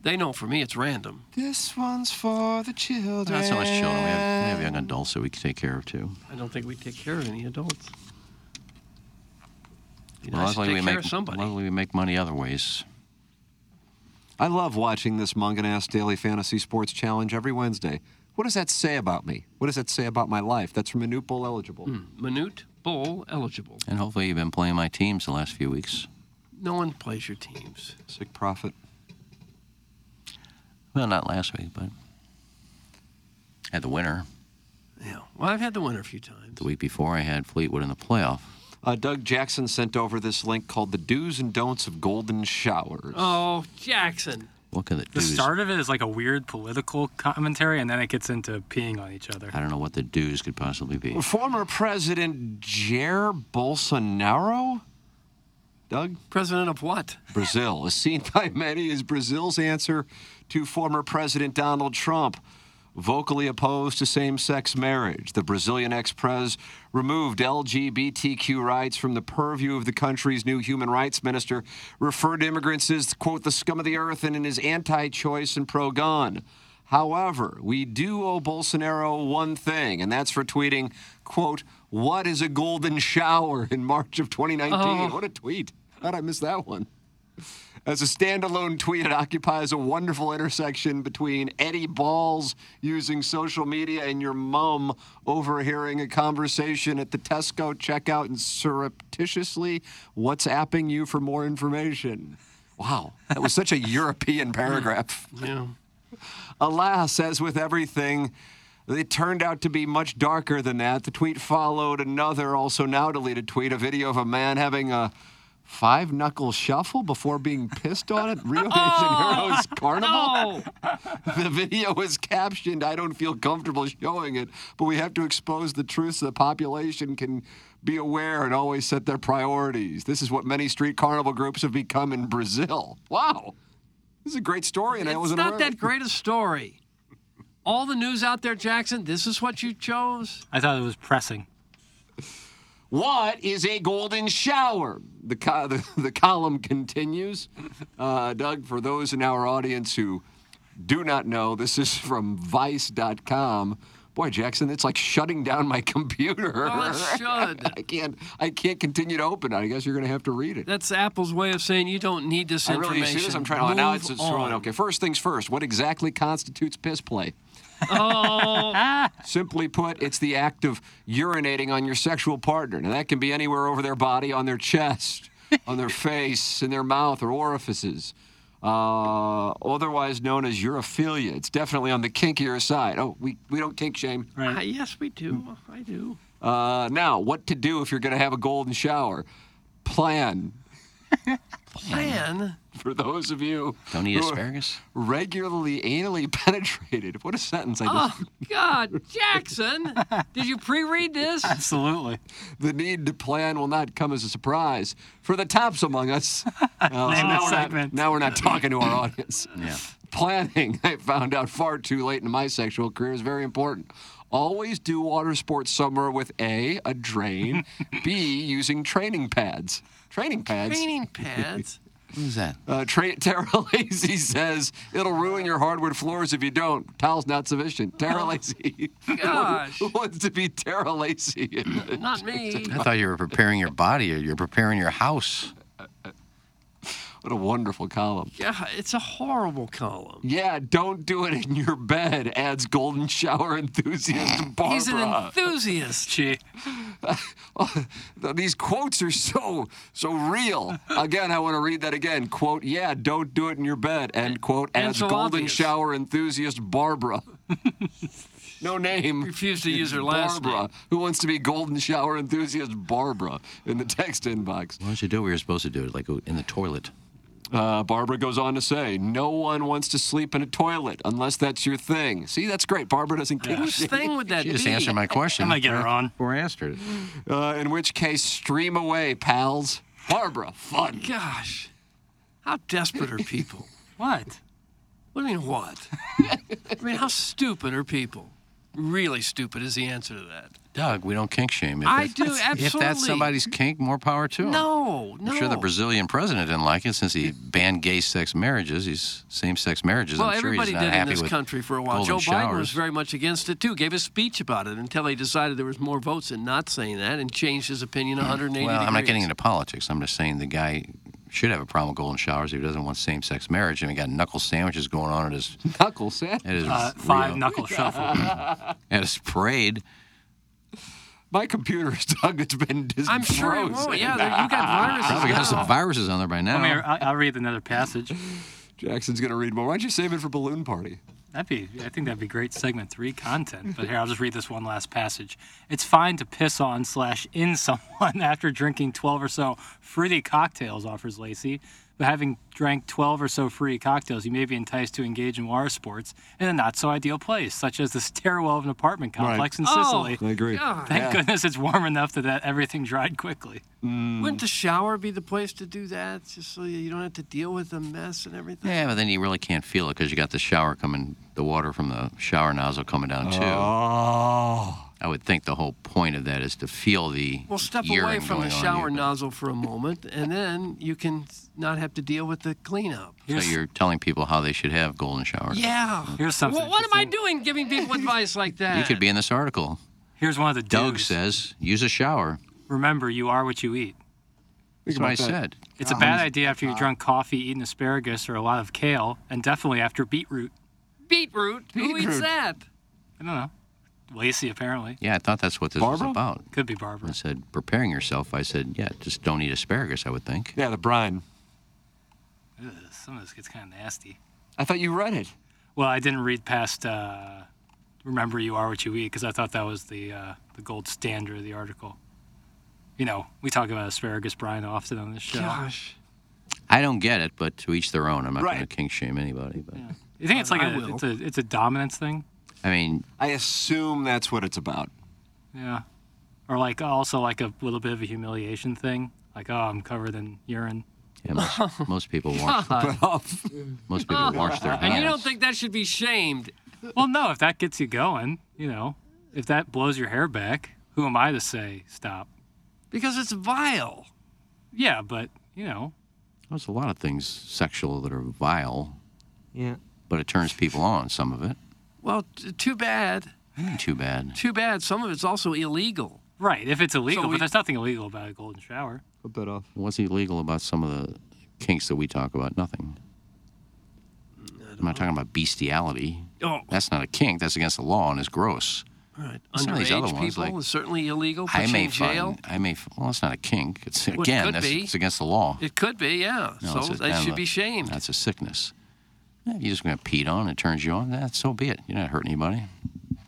S1: They know for me it's random.
S3: This one's for the children.
S5: Not so much children. We have, we have young adults that we can take care of too.
S1: I don't think we take care of any adults. Be
S5: Well,
S1: nice to
S5: luckily
S1: take
S5: we
S1: care
S5: make
S1: of somebody.
S5: luckily we make money other ways.
S3: I love watching this Munganass Daily Fantasy Sports Challenge every Wednesday. What does that say about me? What does that say about my life? That's from Manute Bowl eligible.
S6: Hmm.
S1: Minute bowl eligible.
S5: And hopefully you've been playing my teams the last few weeks.
S1: No one plays your teams.
S3: Sick profit.
S5: Well, not last week, but had the winner.
S1: Yeah. Well, I've had the winner a few times.
S5: The week before I had Fleetwood in the playoff.
S3: Uh, Doug Jackson sent over this link called The Do's and Don'ts of Golden Showers.
S1: Oh, Jackson.
S5: What can it do?
S6: The start of it is like a weird political commentary, and then it gets into peeing on each other.
S5: I don't know what the dues could possibly be.
S3: Former President Jair Bolsonaro? Doug?
S1: President of what?
S3: Brazil is seen by many as Brazil's answer to former President Donald Trump. Vocally opposed to same sex marriage, the Brazilian ex pres removed LGBTQ rights from the purview of the country's new human rights minister, referred to immigrants as, quote, the scum of the earth, and in his anti choice and pro gun. However, we do owe Bolsonaro one thing, and that's for tweeting, quote, what is a golden shower in March of 2019?
S1: Oh.
S3: What a tweet. How'd I miss that one? As a standalone tweet, it occupies a wonderful intersection between Eddie Balls using social media and your mum overhearing a conversation at the Tesco checkout and surreptitiously WhatsApping you for more information. Wow, that was such a European paragraph.
S1: Yeah.
S3: Alas, as with everything, it turned out to be much darker than that. The tweet followed another, also now deleted tweet, a video of a man having a five knuckle shuffle before being pissed on at Rio de
S1: Oh.
S3: Janeiro's
S6: Oh,
S3: carnival. The video was captioned, I don't feel comfortable showing it, but we have to expose the truth so the population can be aware and always set their priorities. This is what many street carnival groups have become in Brazil. Wow. This is a great story, and I
S1: It's
S3: wasn't
S1: not
S3: aware of
S1: that
S3: it.
S1: great a story. All the news out there, Jackson, this is what you chose?
S6: I thought it was pressing.
S3: What is a golden shower? The, co- the, the column continues. Uh, Doug, for those in our audience who do not know, this is from Vice.com. Boy, Jackson, it's like shutting down my computer.
S1: Oh, it should.
S3: I can't. I can't continue to open it. I guess you're going to have to read it.
S1: That's Apple's way of saying you don't need this
S3: I
S1: information.
S3: really see this. I'm trying. to oh, now
S1: Move
S3: it's, it's
S1: on.
S3: throwing. Okay, first things first. What exactly constitutes piss play?
S1: Oh,
S3: Simply put, it's the act of urinating on your sexual partner. Now, that can be anywhere over their body, on their chest, on their face, in their mouth, or orifices. Uh, otherwise known as urophilia. It's definitely on the kinkier side. Oh, we, we don't kink shame.
S1: Ah, yes, we do. I do.
S3: Uh, now, what to do if you're going to have a golden shower? Plan.
S1: Plan.
S3: For those of you
S5: Don't eat
S3: who are
S5: asparagus.
S3: regularly anally penetrated. What a sentence I just
S1: Oh, God, Jackson. Did you pre read this?
S6: Absolutely.
S3: the need to plan will not come as a surprise for the tops among us. Uh, so
S6: Name
S3: now,
S6: it
S3: we're not,
S6: segment.
S3: now we're not talking to our audience.
S5: Yeah.
S3: Planning, I found out far too late in my sexual career, is very important. Always do water sports somewhere with A, a drain, B, using training pads. Training pads?
S1: Training pads.
S5: What is that?
S3: Uh, tra- Tara Lazy says it'll ruin your hardwood floors if you don't. Towel's not sufficient. Tara Lazy.
S1: Gosh.
S3: Who wants to be Tara Lazy? in this?
S1: Not me.
S5: I thought you were preparing your body or you're preparing your house.
S3: What a wonderful column.
S1: Yeah, it's a horrible column.
S3: Yeah, don't do it in your bed, adds golden shower enthusiast Barbara.
S1: He's an enthusiast.
S6: Gee,
S3: These quotes are so so real. Again, I want to read that again. Quote, yeah, don't do it in your bed, end quote,
S1: And
S3: adds
S1: so
S3: golden
S1: obvious.
S3: shower enthusiast Barbara. no name.
S1: Refused to use her last
S3: Barbara.
S1: name.
S3: Who wants to be golden shower enthusiast Barbara in the text inbox?
S5: Why don't you do what you're supposed to do, like in the toilet?
S3: Uh, Barbara goes on to say, no one wants to sleep in a toilet unless that's your thing. See, that's great. Barbara doesn't care.
S1: Whose thing would that
S5: You just
S1: be?
S5: answered my question.
S6: I'm gonna get her on.
S5: Before I answered it.
S3: Uh, in which case, stream away, pals. Barbara, fun.
S1: Gosh, how desperate are people?
S6: What?
S1: What do you mean, what? I mean, how stupid are people? Really stupid is the answer to that.
S5: Doug, we don't kink shame. If
S1: I
S5: that's-
S1: do,
S5: If that's
S1: absolutely.
S5: somebody's kink, more power to 'em.
S1: No, no.
S5: I'm sure the Brazilian president didn't like it since he banned gay sex marriages. He's same-sex marriages.
S1: Well,
S5: I'm sure
S1: everybody
S5: he's not
S1: did in
S5: happy
S1: this
S5: with
S1: country for a while. Joe
S5: golden
S1: Biden was
S5: showers.
S1: very much against it too. Gave a speech about it until he decided there was more votes in not saying that and changed his opinion 180
S5: Well, I'm not getting
S1: degrees.
S5: into politics. I'm just saying the guy should have a problem with golden showers if he doesn't want same-sex marriage. And we got knuckle sandwiches going on at his
S3: Knuckle set.
S5: at his,
S6: Uh, five
S5: Rio-
S6: knuckle shuffle.
S5: at his parade.
S3: My computer's Doug, it's been just
S1: I'm sure it
S3: frozen.
S1: won't. Yeah, there- you got viruses.
S5: Probably got some viruses on there by now.
S6: I mean, I'll, I'll read another passage.
S3: Jackson's going to read more. Why don't you save it for Balloon Party?
S6: That'd be, I think that'd be great segment three content. But here, I'll just read this one last passage. It's fine to piss on slash in someone after drinking 12 or so fruity cocktails, offers Lacey. But having drank 12 or so free cocktails, you may be enticed to engage in water sports in a not so ideal place, such as the stairwell of an apartment complex in
S1: Oh,
S6: Sicily.
S1: I agree. God.
S6: Thank
S1: Yeah.
S6: goodness it's warm enough that, that everything dried quickly.
S1: Wouldn't the shower be the place to do that? Just so you don't have to deal with the mess and everything.
S5: Yeah, but then you really can't feel it because you got the shower coming, the water from the shower nozzle coming down too.
S3: Oh.
S5: I would think the whole point of that is to feel the.
S1: Well, step away
S5: urine
S1: from the
S5: going on
S1: shower
S5: you.
S1: nozzle for a moment, and then you can not have to deal with the cleanup.
S5: So you're telling people how they should have golden showers.
S1: Yeah.
S6: Here's
S5: something
S1: Well, what am I doing giving people advice like that?
S5: You could be in this article.
S6: Here's one of the
S5: Doug says use a shower.
S6: Remember, you are what you eat.
S5: That's what I said. Um,
S6: It's a bad idea after you've drunk coffee, eaten asparagus, or a lot of kale, and definitely after beetroot.
S1: Beetroot. Who eats
S6: Beetroot.
S1: that?
S6: I don't know. Lacey, apparently.
S5: Yeah, I thought that's what this was about.
S6: Could be Barbara.
S5: I said preparing yourself. I said, yeah, just don't eat asparagus. I would think.
S3: Yeah, the brine.
S6: Ugh, some of this gets kind of nasty.
S3: I thought you read it.
S6: Well, I didn't read past uh, "Remember You Are What You Eat" because I thought that was the uh, the gold standard of the article. You know, we talk about asparagus brine often on this show.
S1: Gosh,
S5: I don't get it, but to each their own. I'm not going
S6: Right.
S5: to kink shame anybody. But
S6: you think it's
S1: I-
S6: like
S1: I
S6: a
S1: will.
S6: it's, a it's a dominance thing?
S5: I mean,
S3: I assume that's what it's about.
S6: Yeah, or like also like a little bit of a humiliation thing. Like, oh, I'm covered in urine.
S5: yeah, most, most people wash.
S1: God.
S5: Most people wash their
S1: And you
S5: hands.
S1: don't think that should be shamed?
S6: Well, no, if that gets you going, you know, if that blows your hair back, who am I to say stop?
S1: Because it's vile.
S6: Yeah, but you know,
S5: There's a lot of things sexual that are vile,
S4: Yeah.
S5: but it turns people on. Some of it.
S1: Well, t- too bad.
S5: Ain't Too bad.
S1: Too bad. Some of it's also illegal.
S6: right? If it's illegal,
S1: we-
S6: but there's nothing illegal about a golden shower.
S3: Put that off.
S5: What's illegal about some of the kinks that we talk about? Nothing.
S1: Mm,
S5: I'm not talking about bestiality.
S1: Oh,
S5: That's not a kink. That's against the law and it's gross.
S1: all right.
S5: Some of these other
S1: Underage
S5: ones,
S1: people
S5: like-
S1: is certainly illegal. Put
S5: I
S1: you
S5: may
S1: in jail.
S5: find. I may. f- Well, it's not a kink. It's
S1: Well, it
S5: again.
S1: could
S5: that's,
S1: be.
S5: It's against the law.
S1: It could be, yeah.
S5: No, it's
S1: so
S5: a-
S1: they
S5: no,
S1: should
S5: no.
S1: be shamed.
S5: That's a sickness. Yeah, You're just gonna peed on. It turns you on. That so be it. You're not hurting anybody,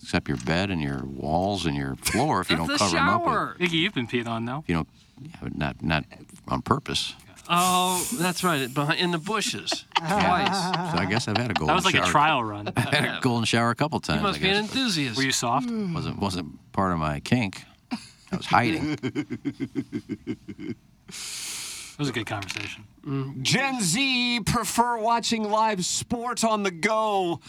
S5: except your bed and your walls and your floor if you don't
S1: That's
S5: cover
S1: the
S5: them up. With,
S1: shower.
S6: Iggy, you've been peed on now.
S5: if you don't, yeah, but not not on purpose.
S1: Oh, that's right. it- Behind, in the bushes. Twice.
S5: So I guess I've had a golden.
S6: That was like
S5: shower.
S6: a trial run.
S5: I've had a golden shower a couple times.
S1: You must
S5: I
S1: be an
S5: guess. Hmm.
S1: enthusiast.
S6: Were you soft?
S5: but wasn't wasn't part of my kink. I was hiding.
S6: It was a good conversation.
S3: Gen Z prefer watching live sports on the go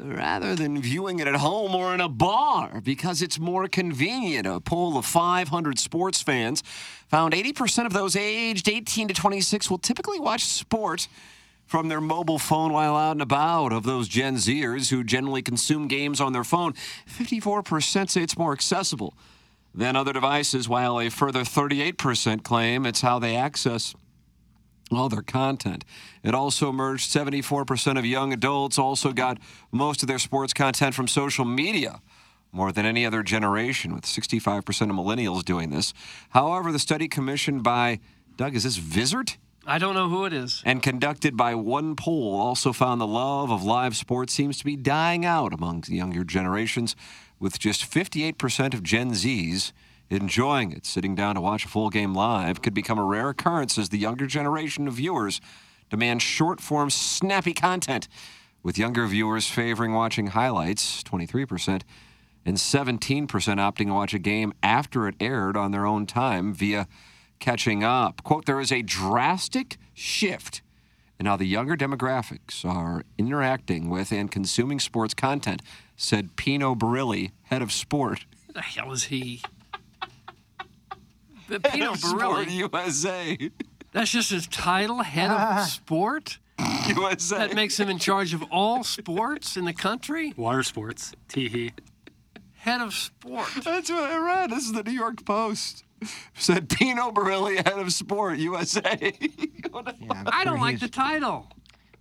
S3: rather than viewing it at home or in a bar because it's more convenient. A poll of 500 sports fans found 80% of those aged 18 to 26 will typically watch sports from their mobile phone while out and about. Of those Gen Zers who generally consume games on their phone, 54% say it's more accessible than other devices, while a further 38% claim it's how they access all their content. It also emerged 74% of young adults also got most of their sports content from social media. More than any other generation, with 65% of millennials doing this. However, the study commissioned by Doug, is this Vizard?
S1: I don't know who it is.
S3: And conducted by one poll also found the love of live sports seems to be dying out among the younger generations, with just 58% of Gen Zs enjoying it. Sitting down to watch a full game live could become a rare occurrence as the younger generation of viewers demand short form, snappy content, with younger viewers favoring watching highlights, 23%. And 17% opting to watch a game after it aired on their own time via catching up. Quote, there is a drastic shift in how the younger demographics are interacting with and consuming sports content, said Pino Barilli, head of sport.
S1: Who the hell is he? But Pino
S3: Sport
S1: Barilli.
S3: USA.
S1: That's just his title, head of sport?
S3: USA.
S1: That makes him in charge of all sports in the country?
S6: Water sports. Tee hee.
S1: Head of sport.
S3: That's what I read. This is the New York Post. Said Pino Barilli, head of sport USA.
S1: I don't like the title.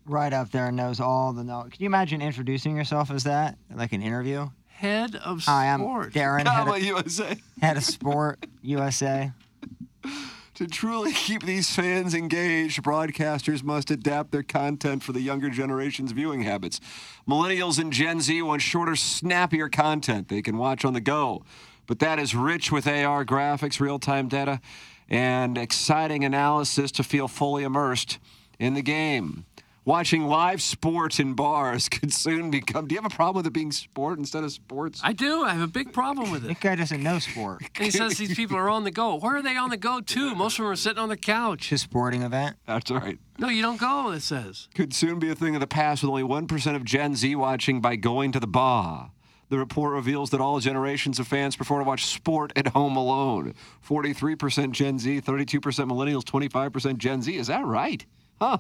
S4: Right up there and knows all the know. Can you imagine introducing yourself as that, like an interview?
S1: Head of
S4: Hi, I'm
S1: sport.
S4: Darren, head
S3: Comma
S4: of,
S3: USA.
S4: head of Sport USA.
S3: To truly keep these fans engaged, broadcasters must adapt their content for the younger generation's viewing habits. Millennials and Gen Z want shorter, snappier content they can watch on the go, but that is rich with AR graphics, real time data, and exciting analysis to feel fully immersed. in the game. Watching live sports in bars could soon become. Do you have a problem with it being sport instead of sports?
S1: I do. I have a big problem with it.
S4: That guy doesn't know sport.
S1: And he says these people are on the go. Where are they on the go to? Most of them are sitting on the couch.
S4: Just sporting event.
S3: That's right.
S1: No, you don't go, it says.
S3: Could soon be a thing of the past with only 1% of Gen Z watching by going to the bar. The report reveals that all generations of fans prefer to watch sport at home alone. 43% Gen Z, 32% millennials, 25% Gen Z. Is that right? Huh.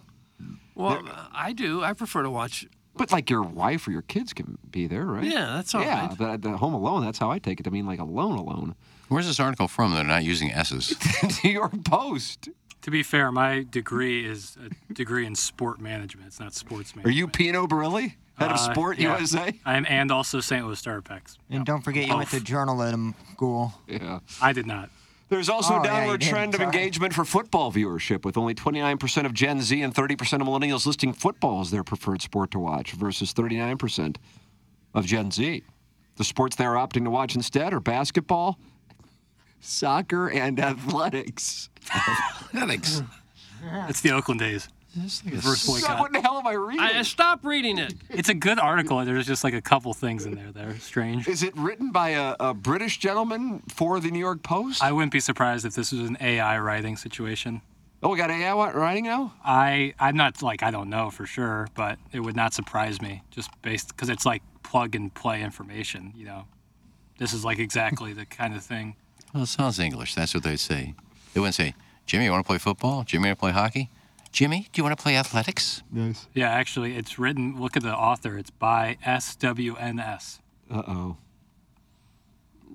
S1: Well, I do. I prefer to watch.
S3: But like your wife or your kids can be there, right?
S1: Yeah, that's all
S3: yeah,
S1: right.
S3: the, the home alone, that's how I take it. I mean, like alone, alone.
S5: Where's this article from? They're not using S's.
S3: New York Post.
S6: To be fair, my degree is a degree in sport management. It's not sports
S3: Are
S6: management.
S3: you Pino Barilli, head of
S6: Uh,
S3: Sport
S6: yeah.
S3: USA?
S6: I'm and also St. Louis Star Pecs.
S4: And don't forget you went
S1: Oh.
S4: to journalism school.
S3: Yeah.
S6: I did not.
S3: There's also
S4: Oh,
S3: a
S4: yeah, you
S3: downward
S4: did.
S3: trend of
S4: Sorry.
S3: engagement for football viewership, with only 29% of Gen Z and 30% of millennials listing football as their preferred sport to watch versus 39% of Gen Z. The sports they're opting to watch instead are basketball, soccer, and athletics.
S5: Athletics.
S6: It's the Oakland days. Reverse
S3: So
S6: boycott.
S3: what the hell am Oh I reading?
S1: I, stop reading it.
S6: It's a good article. and There's just like a couple things in there that are strange.
S3: Is it written by a, a British gentleman for the New York Post?
S6: I wouldn't be surprised if this was an AI writing situation.
S3: oh, we got AI writing now?
S6: I I'm not like I don't know for sure, but it would not surprise me just based because it's like plug and play information. You know, this is like exactly the kind of thing.
S5: Well, it sounds English. That's what they'd say. They wouldn't say, Jimmy, you want to play football? Jimmy, you want to play hockey? Jimmy, do you want to play athletics?
S6: Yeah, actually, it's written. Look at the author. It's by SWNS,
S3: Uh oh.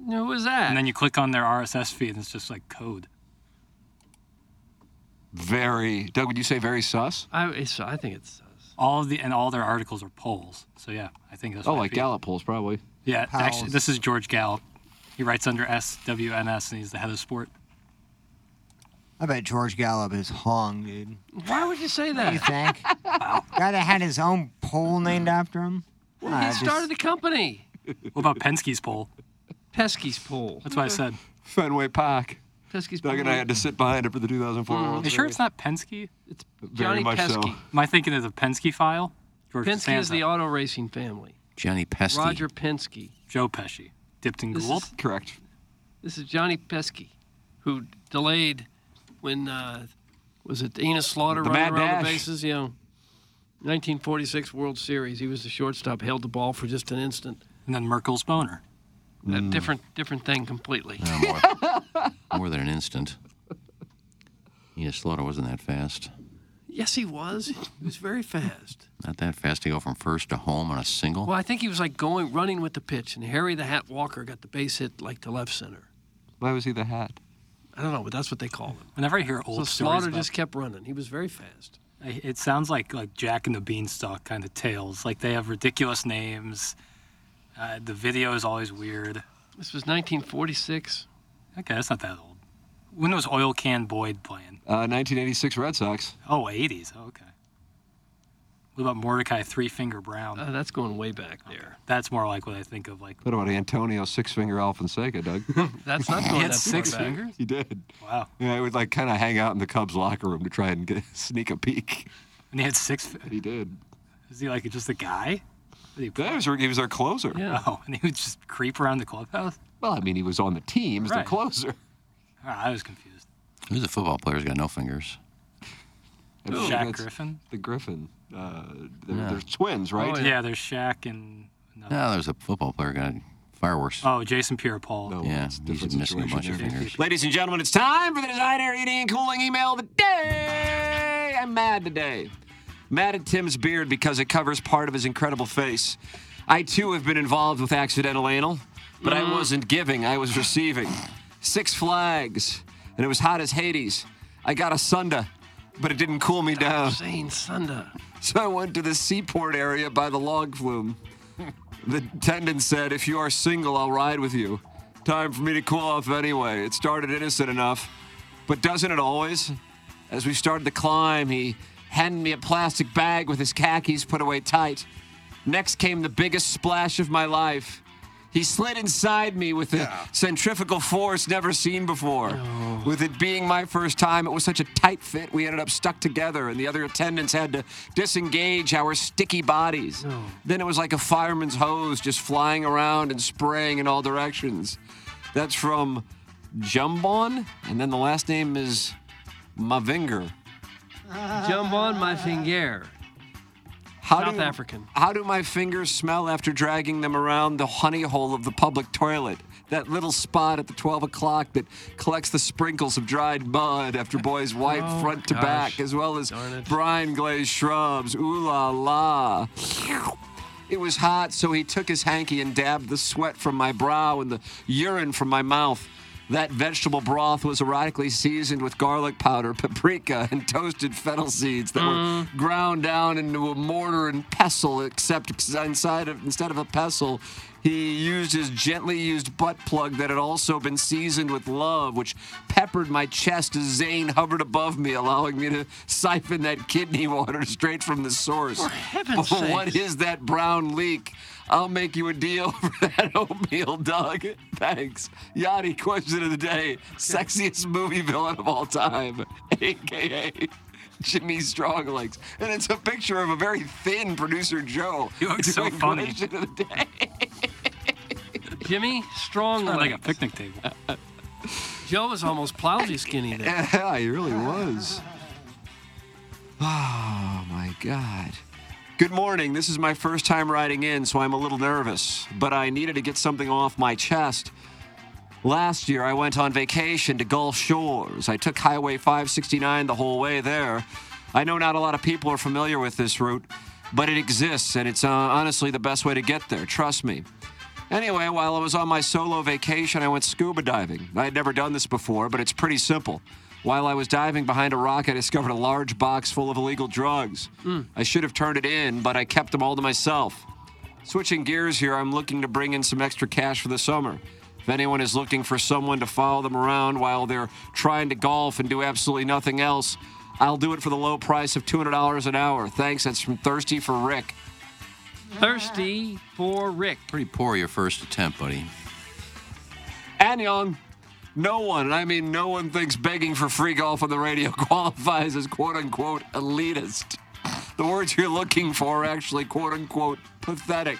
S1: Who was that?
S6: and then you click on their RSS feed, and it's just like code.
S3: Very. Doug, would you say very sus?
S1: I, it's, I think it's. uh,
S6: All of the and all their articles are polls. So yeah, I think that's.
S3: Oh,
S6: what
S3: like
S6: people-
S3: Gallup polls, probably.
S6: Yeah, actually,
S4: Powell's.
S6: this is George Gallup. He writes under SWNS, and he's the head of sport.
S4: I bet George Gallup is hung, dude.
S1: Why would you say
S4: You
S1: that?
S4: think? Guy that had his own poll named after him. Nah,
S1: He
S4: just-
S1: started the company.
S6: What about Penske's poll?
S1: Pesky's pool.
S6: That's what I said.
S3: Fenway Park.
S1: Pesky's pool.
S3: Doug and I had to sit behind it for the 2004 World
S6: You sure
S3: Series.
S6: it's not Penske?
S1: It's
S3: Very
S1: Johnny
S3: much so.
S1: Pesky.
S6: Am I thinking of the Penske file? George
S1: Penske is
S6: Costanza,
S1: the auto racing family.
S5: Johnny Pesty.
S1: Roger Penske.
S6: Joe Pesci, Dipton
S1: This
S6: Gould.
S1: is,
S3: Correct.
S1: this is Johnny Pesky, who delayed when uh, was it Enos Slaughter
S3: The
S1: running
S3: Mad
S1: around the
S3: Dash.
S1: bases? Yeah. 1946 World Series. He was the shortstop, held the ball for just an instant.
S6: And then Merkel's boner.
S1: A
S6: Mm.
S1: different, different thing completely.
S5: No, more, more than an instant. Enos Slaughter wasn't that fast.
S1: Yes, he was. He was very fast.
S5: Not that fast to go from first to home on a single.
S1: Well, I think he was like going, running with the pitch, and Harry the Hat Walker got the base hit like to left center.
S3: Why was he the hat?
S1: I don't know, but that's what they call him.
S6: Whenever I hear
S1: So
S6: old stories,
S1: Slaughter
S6: about,
S1: just kept running. He was very fast.
S6: I- it sounds like like Jack and the Beanstalk kind of tales. Like they have ridiculous names. Uh, the video is always weird.
S1: This was 1946.
S6: Okay, that's not that old. When was Oil Can Boyd playing?
S3: Uh, 1986 Red Sox.
S6: Oh, 80s. Oh, okay. What about Mordecai Three Finger Brown?
S1: Uh, that's going way back there.
S6: That's more like what I think of. Like
S3: What about Antonio Six Finger Alfonseca, Doug?
S1: That's not going
S6: he
S1: that
S6: had
S1: far
S6: six
S1: back.
S6: fingers.
S3: he did.
S6: Wow.
S3: Yeah, he would like kind of hang out in the Cubs locker room to try and get, sneak a peek.
S6: And he had six. fi-
S3: He did.
S6: Is he like just a guy? Did he
S3: That was, he was their closer.
S1: Yeah.
S6: Oh, and he would just creep around the clubhouse.
S3: Well, I mean, he was on the team as their
S6: Right.
S3: closer.
S6: Ah, I was confused.
S5: Who's a football player who's got no fingers?
S3: I believe
S6: Shaq
S3: that's
S6: Griffin.
S3: The Griffin. Uh, they're, they're twins, right?
S6: yeah. there's Shaq and another.
S5: No, there's a football player got fireworks.
S6: Oh, Jason Pierre-Paul.
S3: No,
S5: yeah,
S3: it's a
S5: he's
S3: different
S5: missing a
S3: situation
S5: bunch of
S3: there.
S5: fingers.
S3: Ladies and gentlemen, it's time for the Design Area Heating and Cooling Email of the Day. I'm mad today. Mad at Tim's beard because it covers part of his incredible face. I too have been involved with accidental anal, but I wasn't giving, I was receiving. Six flags, and it was hot as Hades. I got a sunda, but it didn't cool me down.
S1: Zane Sunda.
S3: So I went to the seaport area by the log flume. The attendant said, If you are single, I'll ride with you. Time for me to cool off anyway. It started innocent enough, but doesn't it always? As we started to climb, he handed me a plastic bag with his khakis put away tight. Next came the biggest splash of my life. He slid inside me with a centrifugal force never seen before. With it being my first time, it was such a tight fit, we ended up stuck together, and the other attendants had to disengage our sticky bodies. Then it was like a fireman's hose just flying around and spraying in all directions. That's from Jumbon, and then the last name is Mavinger.
S1: Jump on my finger.
S3: How
S1: South
S3: do-
S1: African.
S3: How do my fingers smell after dragging them around the honey hole of the public toilet? That little spot at the 12 o'clock that collects the sprinkles of dried mud after boys wipe
S8: Oh,
S3: front to
S8: gosh.
S3: back, as well as
S8: Darn it.
S3: brine glazed shrubs. Ooh la la. It was hot, so he took his hanky and dabbed the sweat from my brow and the urine from my mouth. That vegetable broth was erotically seasoned with garlic powder, paprika, and toasted fennel seeds that were ground down into a mortar and pestle. Except inside of, instead of a pestle, he used his gently used butt plug that had also been seasoned with love, which peppered my chest as Zane hovered above me, allowing me to siphon that kidney water straight from the source. For
S1: heaven's
S3: oh, What
S1: sakes.
S3: is that brown leak? I'll make you a deal for that oatmeal, Doug. Thanks. Yachty question of the day. Sexiest movie villain of all time, a.k.a. Jimmy Stronglegs. And it's a picture of a very thin producer, Joe.
S6: You look so
S3: doing
S6: funny.
S3: Question of the day.
S1: Jimmy, strong
S6: It's like a
S1: legs.
S6: picnic table. Uh,
S1: Joe was almost plowsy skinny there.
S3: Yeah, he really was. Oh my God. Good morning. This is my first time riding in, so I'm a little nervous, but I needed to get something off my chest. Last year, I went on vacation to Gulf Shores. I took Highway 569 the whole way there. I know not a lot of people are familiar with this route, but it exists, and it's uh, honestly the best way to get there, trust me. Anyway, while I was on my solo vacation, I went scuba diving. I had never done this before, but it's pretty simple. While I was diving behind a rock, I discovered a large box full of illegal drugs. I should have turned it in, but I kept them all to myself. Switching gears here, I'm looking to bring in some extra cash for the summer. If anyone is looking for someone to follow them around while they're trying to golf and do absolutely nothing else, I'll do it for the low price of $200 an hour. Thanks. That's from Thirsty for Rick.
S1: Thirsty for Rick.
S5: Pretty poor your first attempt, buddy.
S3: And young, no one, and I mean no one, thinks begging for free golf on the radio qualifies as quote unquote elitist. The words you're looking for are actually quote unquote pathetic,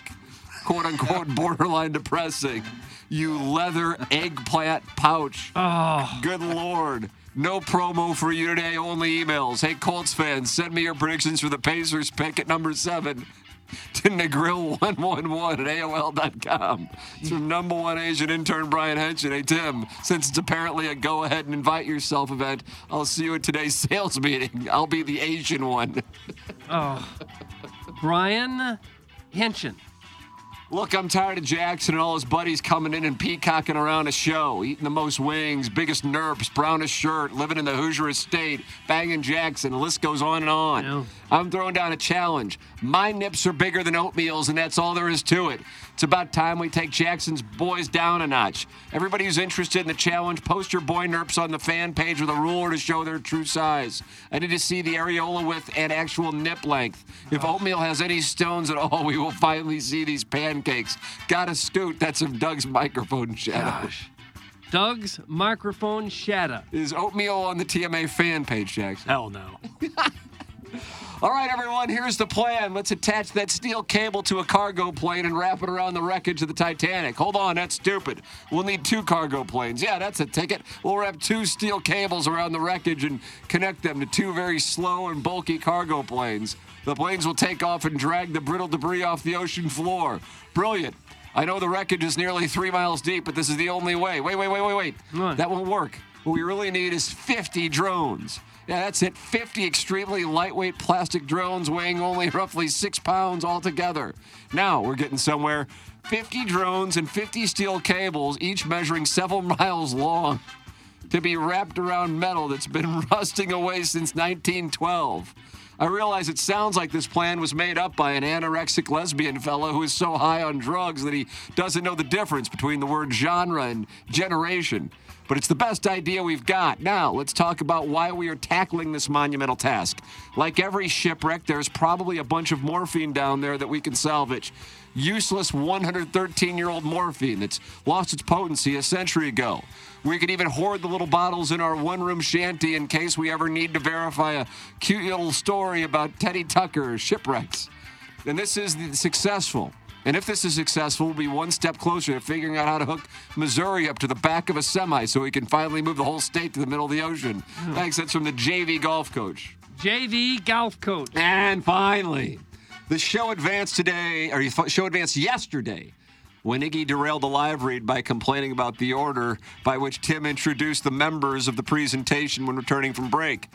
S3: quote unquote borderline depressing. You leather eggplant pouch. Good lord. No promo for you today, only emails. Hey, Colts fans, send me your predictions for the Pacers pick at number seven to negrill111 at AOL.com. It's from number one Asian intern Brian Henson. Hey, Tim, since it's apparently a go ahead and invite yourself event, I'll see you at today's sales meeting. I'll be the Asian one.
S1: Oh. Brian Henshin.
S3: Look, I'm tired of Jackson and all his buddies coming in and peacocking around a show, eating the most wings, biggest nerps, brownest shirt, living in the Hoosier estate, banging Jackson. The list goes on and on. I'm throwing down a challenge. My nips are bigger than oatmeals, and that's all there is to it. It's about time we take Jackson's boys down a notch. Everybody who's interested in the challenge, post your boy nerps on the fan page with a ruler to show their true size. I need to see the areola width and actual nip length. If oatmeal has any stones at all, we will finally see these pancakes. Gotta scoot. That's of Doug's microphone shadow.
S1: Doug's microphone shadow.
S3: Is oatmeal on the TMA fan page, Jackson?
S6: Hell no.
S3: All right, everyone, here's the plan. Let's attach that steel cable to a cargo plane and wrap it around the wreckage of the Titanic. Hold on, that's stupid. We'll need two cargo planes. Yeah, that's a ticket. We'll wrap two steel cables around the wreckage and connect them to two very slow and bulky cargo planes. The planes will take off and drag the brittle debris off the ocean floor. Brilliant. I know the wreckage is nearly three miles deep, but this is the only way. Wait, wait, wait, wait, wait. That won't work. What we really need is 50 drones. Yeah, that's it. 50 extremely lightweight plastic drones weighing only roughly six pounds altogether. Now we're getting somewhere. 50 drones and 50 steel cables, each measuring several miles long, to be wrapped around metal that's been rusting away since 1912. I realize it sounds like this plan was made up by an anorexic lesbian fella who is so high on drugs that he doesn't know the difference between the word genre and generation. But it's the best idea we've got. Now, let's talk about why we are tackling this monumental task. Like every shipwreck, there's probably a bunch of morphine down there that we can salvage. Useless 113 year old morphine that's lost its potency a century ago. We could even hoard the little bottles in our one room shanty in case we ever need to verify a cute little story about Teddy Tucker or shipwrecks. And this is the- successful. And if this is successful, we'll be one step closer to figuring out how to hook Missouri up to the back of a semi so we can finally move the whole state to the middle of the ocean. Thanks. That's from the JV golf coach.
S1: JV golf coach.
S3: And finally, the show advanced today, or the show advanced yesterday, when Iggy derailed the live read by complaining about the order by which Tim introduced the members of the presentation when returning from break.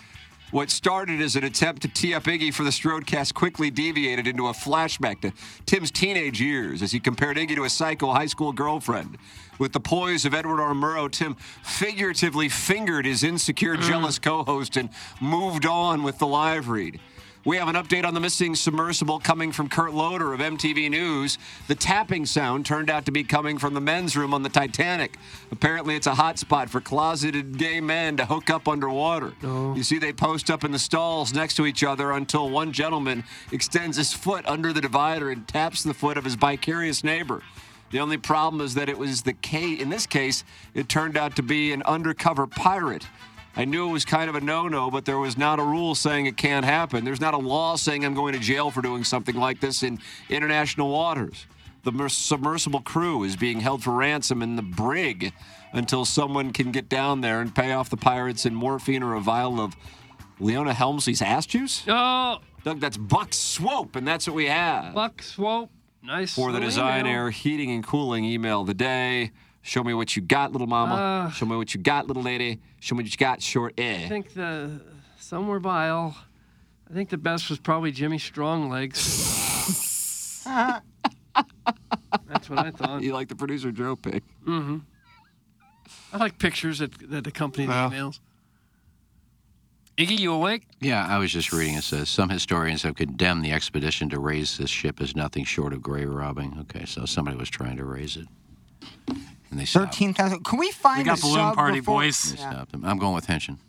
S3: What started as an attempt to tee up Iggy for the Strodecast quickly deviated into a flashback to Tim's teenage years as he compared Iggy to a psycho high school girlfriend. With the poise of Edward R. Murrow, Tim figuratively fingered his insecure, jealous co host and moved on with the live read. We have an update on the missing submersible coming from Kurt Loder of MTV News. The tapping sound turned out to be coming from the men's room on the Titanic. Apparently, it's a hot spot for closeted gay men to hook up underwater. You see, they post up in the stalls next to each other until one gentleman extends his foot under the divider and taps the foot of his vicarious neighbor. The only problem is that it was the K. In this case, it turned out to be an undercover pirate. I knew it was kind of a no-no, but there was not a rule saying it can't happen. There's not a law saying I'm going to jail for doing something like this in international waters. The mer- submersible crew is being held for ransom in the brig until someone can get down there and pay off the pirates in morphine or a vial of Leona Helmsley's ass juice.
S1: No,
S3: Doug, that's Buck Swope, and that's what we
S1: Oh,
S3: have
S1: Buck Swope. Nice.
S3: for the
S1: little
S3: design
S1: email.
S3: air heating and cooling email of the day. Show me what you got, little mama.
S1: Uh,
S3: Show me what you got, little lady. Show me what you got, short
S1: I
S3: air.
S1: think the somewhere bile. I think the best was probably Jimmy Stronglegs. That's what I thought.
S3: You like the producer Joe pick?
S1: Mm-hmm. I like pictures that that accompany the
S5: Well.
S1: emails. Iggy, you awake?
S5: Yeah, I was just reading. It says some historians have condemned the expedition to raise this ship as nothing short of grave robbing. Okay, so somebody was trying to raise it. And they stopped,
S4: Thirteen thousand. Can we find
S6: We got
S4: a
S6: balloon
S4: sub
S6: party,
S4: before-
S6: boys.
S4: Yeah.
S5: stopped them. I'm going with Henshin.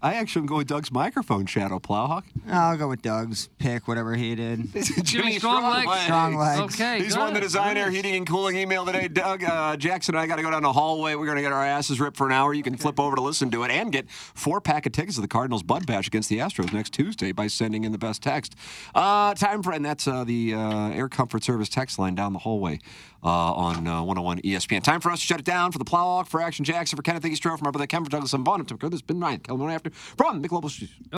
S3: I actually am going Doug's microphone shadow, Plowhawk.
S4: Uh, I'll go with Doug's pick, whatever he did.
S1: Jimmy Stronglegs.
S4: Strong legs.
S1: Okay.
S3: He's won the
S1: good.
S3: design air heating and cooling email today. Doug uh, Jackson and I got to go down the hallway. We're going to get our asses ripped for an hour. You can flip over to listen to it and get four pack of tickets to the Cardinals Bud Bash against the Astros next Tuesday by sending in the best text. Uh, time friend, that's uh, the uh, Air Comfort Service text line down the hallway uh, on uh, 101 ESPN. Time for us to shut it down for the Plowhawk, for Action Jackson, for Kenneth Eastro, for my brother Ken, for Douglas and Vaughn. I'm Tim Kerr. This has been Ryan Kellerman after from Michelob. Studios.